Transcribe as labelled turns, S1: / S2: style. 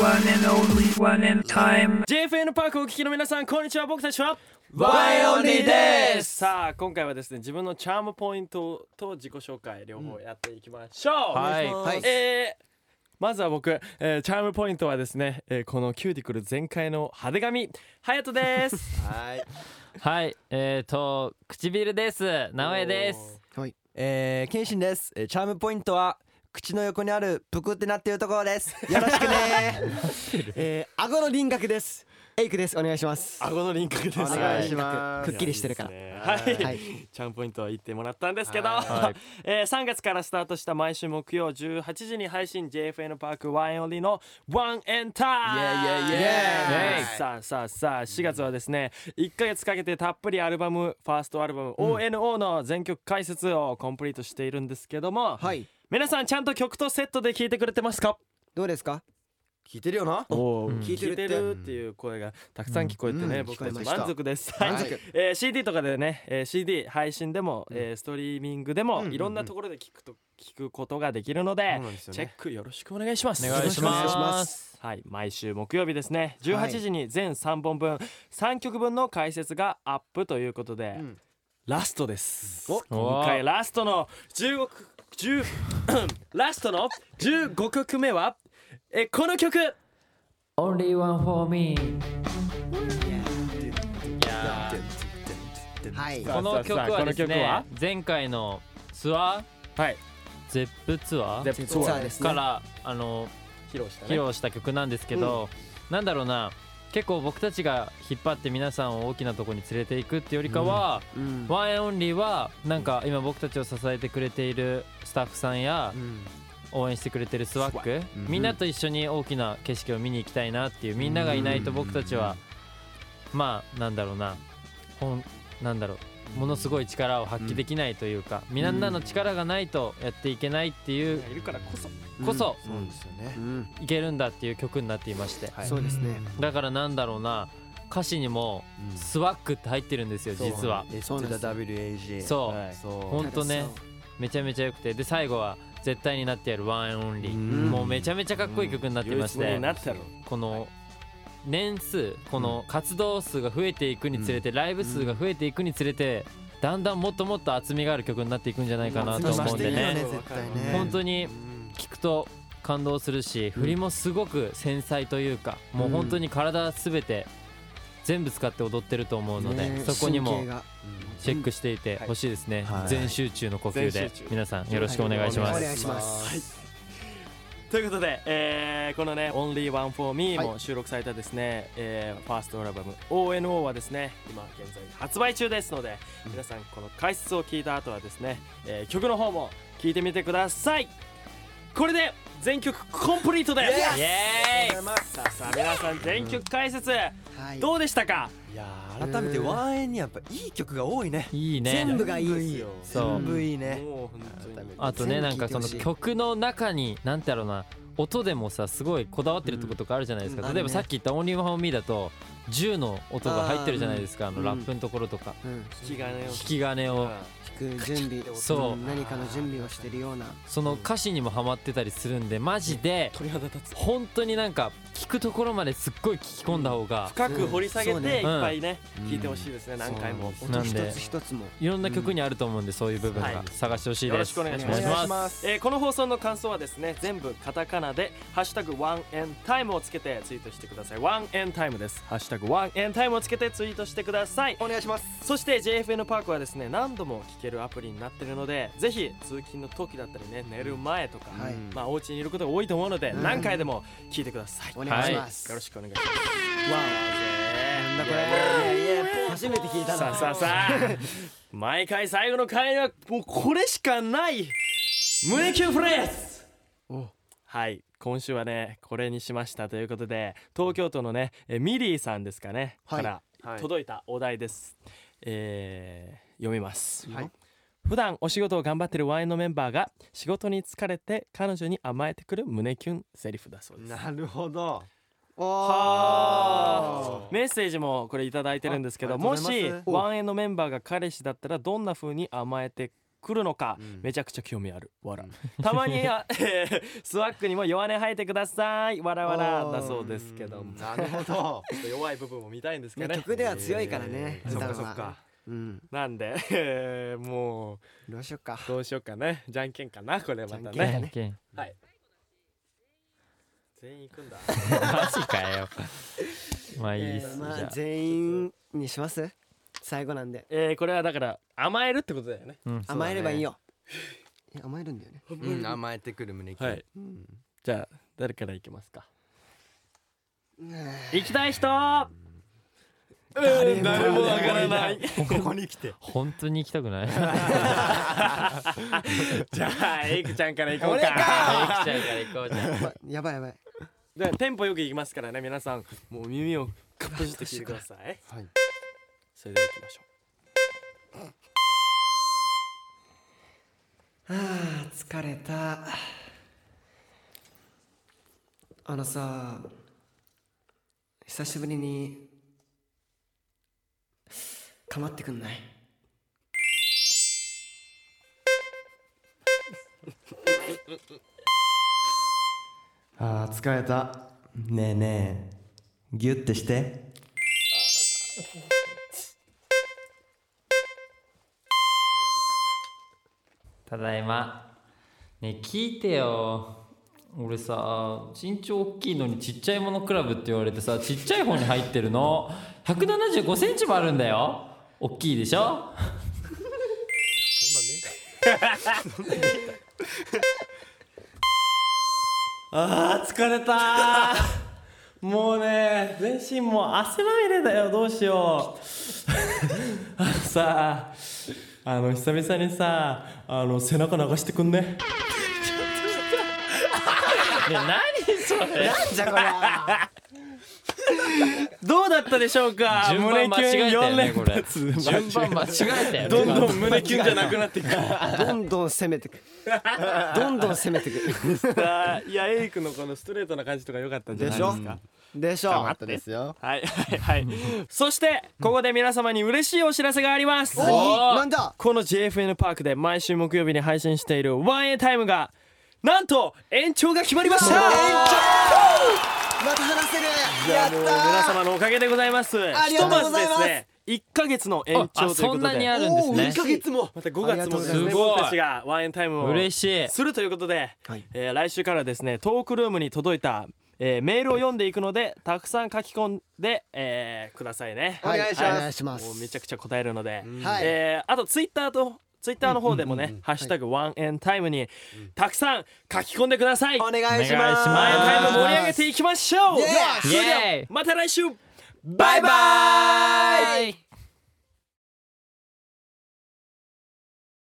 S1: One and only one and time
S2: JFN パークをお聞きの皆さんこんにちは僕たちは
S3: ワイオリです
S2: さあ今回はですね自分のチャームポイントと自己紹介両方やっていきましょう、
S3: はい
S2: お願しますえーまずは僕、えーチャームポイントはですね、えーこのキューティクル全開の派手髪ハヤトです
S3: はい。
S4: はい、えーと唇です。直江です。
S3: えー、謙信です。えーチャームポイントは口の横にあるぷくってなっているところです。よろし くね。
S5: えー、顎の輪郭です。エイクです。お願いします。
S2: 顎の輪郭です
S5: お願いします
S2: は
S5: くっきりしてるから
S2: いいですねはい、
S5: はい
S2: チャームポイントは言ってもらったんですけど、
S4: はい
S2: えー3月からスタートした毎週木曜18時に配信 JFN パークワンエンオンリーのワンエンタイ
S3: イェ
S2: ム
S3: イイェイイェイ
S2: イさあさあさあ4月はですね1ヶ月かけてたっぷりアルバムファーストアルバム ONO の全曲解説をコンプリートしているんですけども、
S5: はい。
S2: 皆さんちゃんと曲とセットで聴いてくれてますか
S5: どうですか？
S3: 聞いてるよな。
S2: お
S4: うん
S2: 聞いてるっていう声がたくさん聞こえてね、
S5: うん
S2: 僕たち
S5: 聞こえました
S2: 満足です、
S3: 満足
S2: はいえー CD とかでね、えー CD 配信でも、えーストリーミングでも、
S3: うん
S2: いろんなところで聞くと聞くことができるので、
S3: そうなんですよね
S2: チェックよろしくお願いします
S4: お願いします
S2: はい毎週木曜日ですね18時に全3本分、3曲分の解説がアップということで、
S3: ん
S2: ラストです、
S3: お
S2: 今回ラストの15曲10ラストの15曲目はえこの曲
S4: Only one for me。
S5: はい。
S2: さあ
S4: この曲
S2: さあ
S4: はです
S2: この曲は
S4: ね、前回のツア
S2: はい
S4: ー、ゼップツアー
S2: ッ
S5: ツアーですね。
S4: からあの
S2: 披露したね
S4: 披露した曲なんですけど、なんだろうな。結構僕たちが引っ張って皆さんを大きなとこに連れていくってよりかは、
S5: うん。
S4: ワンエンオンリーはなんか今僕たちを支えてくれているスタッフさんや
S5: うん
S4: 応援してくれてるスワック、
S3: うん
S4: みんなと一緒に大きな景色を見に行きたいなっていうみんながいないと僕たちは、まあなんだろうなほんなんだろうものすごい力を発揮できないというか、みんなの力がないとやっていけないっていう
S2: いるからこそ
S4: こそ、
S3: そうですよね
S5: う。ん。
S4: いけるんだっていう曲になっていまして、
S2: はい
S5: そうですね。
S4: だからなんだろうな歌詞にも
S3: うん
S4: スワックって入ってるんですよ実は。
S5: そうなんです
S3: SWAG。
S4: そう、
S2: はい
S3: そう。
S4: ほんとねめちゃめちゃ良くてで最後は絶対になってやるワンエンオンリー、
S3: うん
S4: もうめちゃめちゃかっこいい曲になってまして、
S2: 唯一無二になったろ
S4: この年数この活動数が増えていくにつれて、ライブ数が増えていくにつれてだんだんもっともっと厚みがある曲になっていくんじゃないかなと思う
S5: 厚み増
S4: んで
S5: していく
S4: ね
S5: よね絶対ね
S4: 本当に聞くと感動するし振りもすごく繊細というか、もう本当に体すべて全部使って踊ってると思うので、
S5: ね
S4: そこにも
S5: 神経が
S4: チェックしていてほしいですね、
S3: はい
S4: 全集中の呼吸
S2: 全
S4: で
S2: 集中
S4: 皆さんよろしくお願いしま
S5: お
S4: す。
S5: 願いします。
S2: ということで、えーこのね「Only One for Me」
S5: はい
S2: も収録されたですね、えーファーストアルバム「ONO」はですね今現在発売中ですので、皆さんこの解説を聞いた後はですね、えー曲の方も聞いてみてくださいこれで全曲コンプリートですイエーイさあさあ皆さん全曲解説
S5: はい。
S2: どうでしたか、
S3: いやー、改めてワンエンにやっぱいい曲が多いね。
S4: いいね
S5: 全部がいい。
S4: そう
S3: 全部いいね。
S2: もう本当に
S4: あとね
S5: 全部聞
S4: な
S5: い
S4: ん
S5: て
S4: かその
S5: ほしい
S4: 曲の中に何だろうな音でもさすごいこだわってるとことかあるじゃないですか、
S5: うんうん
S4: 例えば
S5: あるね
S4: さっき言った「Only One for Me」だと銃の音が入ってるじゃないですかあの
S5: うん
S4: ラップのところとか、
S5: うん。
S2: 引き金を
S4: 引き金を
S5: 聞く準備。
S4: そうん
S5: 何かの準備をしてるような。
S4: その歌詞にもハマってたりするんでマジで
S2: 鳥肌立つ
S4: 本当になんか聞くところまですっごい聞き込んだ方が
S2: 深く掘り下げ
S5: そう
S2: て
S5: ね
S2: いっぱいね、
S3: うん
S2: 聞いてほしいですね、何回も
S3: そう
S4: な
S5: 音
S4: ん
S5: 一
S4: で
S5: つ一つも。
S4: いろんな曲にあると思うんでそういう部分
S2: はい
S4: が探してほしいです、
S2: よろしくお願いします
S4: お願いします
S3: ます。
S2: えーこの放送の感想はですね全部カタカナで「ハッシュタグワンエンタイム」をつけてツイートしてくださいワンエンタイムですハッシュタグワンエンタイムをつけてツイートしてください
S3: お願いします。
S2: そして JFN パークはですね何度も聴けるアプリになってるのでぜひ通勤の時だったりね寝る前とか、
S5: はい
S2: まあお家にいることが多いと思うので、
S5: うん
S2: 何回でも聞いてください、
S5: お願いします。
S2: よろしくお願いします
S5: わ
S2: なんだこ
S5: いやいや初めて聞いたな
S2: さあさあさ あ毎回最後の回にはもうこれしかない胸キュンフレーズはい今週はねこれにしましたということで東京都のねえミリーさんですかね、
S5: はい
S2: から届いたお題です、えー読みます、
S5: はい
S2: 普段お仕事を頑張ってるワインのメンバーが仕事に疲れて彼女に甘えてくる胸キュンセリフだそうです
S3: なるほど。
S2: はあメッセージもこれ頂いただいてるんですけど
S3: ああり
S2: も
S3: がとうござい
S2: し
S3: ます
S2: ワンエンのメンバーが彼氏だったらどんな風に甘えて来るのか、
S6: うん
S2: めちゃくちゃ興味あるわら、た まにあ、えースワックにも弱音吐いてくださいわらわらだそうですけども
S6: なるほど。
S2: ちょっと弱い部分も見たいんですけ
S5: ね
S2: どね
S5: 曲では強いからね
S2: そっ
S5: 歌
S2: か
S5: は
S2: そっか
S5: うん
S2: なんで、えーもう
S5: どうしよっか
S2: どうしようかねじゃんけんかなこれまた
S5: じゃん
S2: ね
S5: けん
S4: 偏見
S2: 全員行 くんだ
S4: マジかよまあいいっす、
S5: えーま
S4: じ
S5: あ
S4: ゃあ、
S5: 全員にします最後なんで
S2: えーこれはだから甘えるってことだよね
S4: うん、
S5: 甘えればいいよいや甘えるんだよね
S6: うん、甘えてくる胸キュン。
S2: はい
S6: うん
S2: じゃあ誰から行きますか
S5: うん
S2: 行きたい人
S5: 誰も
S2: 誰もわからない
S6: ここに来て。
S4: 本当に行きたく ない行っ
S2: じゃあエイクちゃんから行こう
S5: 俺
S2: か
S4: ちゃうから行こうじゃん
S5: まやばいやばい
S2: でテンポよく行きますからね皆さんもう耳をかっぽじって聞いてください
S6: はい。
S2: それでは行きましょ
S5: あー疲れたあのさ久しぶりに構ってくんない
S3: あー疲れたねえねえギュッてして
S4: ただいまねえ聞いてよ俺さ身長大きいのにちっちゃいものクラブって言われてさちっちゃい方に入ってるの1 7 5センチもあるんだよ大きいでしょ
S2: うあー疲れたもうね全身もう汗まみれだよどうしよう あのさあの久々にさあの背中流して くんね
S4: ねえ何それ
S5: じゃこれ
S2: どうだったでしょうか
S4: 順番間違えたよねこれ
S2: 胸キュン四連
S4: 順番間違えたよね
S2: どんどん胸キュンじゃなくなっていく
S5: どんどん攻め てくどんどん攻めてく
S2: いやエイクのこのストレートな感じとか良かったんじゃな
S5: で
S2: い
S5: し
S2: で
S5: ょ
S2: すか
S5: でし
S6: 頑張
S5: ょ
S6: ったですよ。
S2: はいはいはいそしてここで皆様に嬉しいお知らせがあります
S5: おなんだ
S2: この JFN パークで毎週木曜日に配信している 1A タイムがなんと延長が決まりました
S5: また話せるやったー
S2: 皆様のおかげでございます
S5: ありがとうござい
S2: ひとずで
S5: ます
S2: すね1ヶ月の延
S4: あ
S2: 長という
S4: そ
S2: こ
S4: ん
S2: と
S4: なに
S2: で
S4: あるんですね
S5: 1ヶ月も
S2: また5月もです
S5: ありがとうございま
S2: ね
S5: す
S2: 僕たちが 1A タイムを
S4: 嬉しい
S2: するということで、
S5: はい
S2: えー来週からですねトークルームに届いた、えーメールを読んでいくのでたくさん書き込んで、えーくださいね。
S5: お願いします
S2: は
S5: お願いします
S2: もうめちゃくちゃ答えるので、
S5: はい
S2: えーあとツイッターとツイッターの方でもね、ハッシュタグワンエンタイムにたくさん書き込んでください。
S5: お願いし
S4: お願いし
S2: ワンエンタイ
S5: ま
S2: ム
S5: す
S2: 盛り上げていきましょう。
S5: イエーイ
S2: それでは
S4: イエーイ
S2: また来週バイバイ。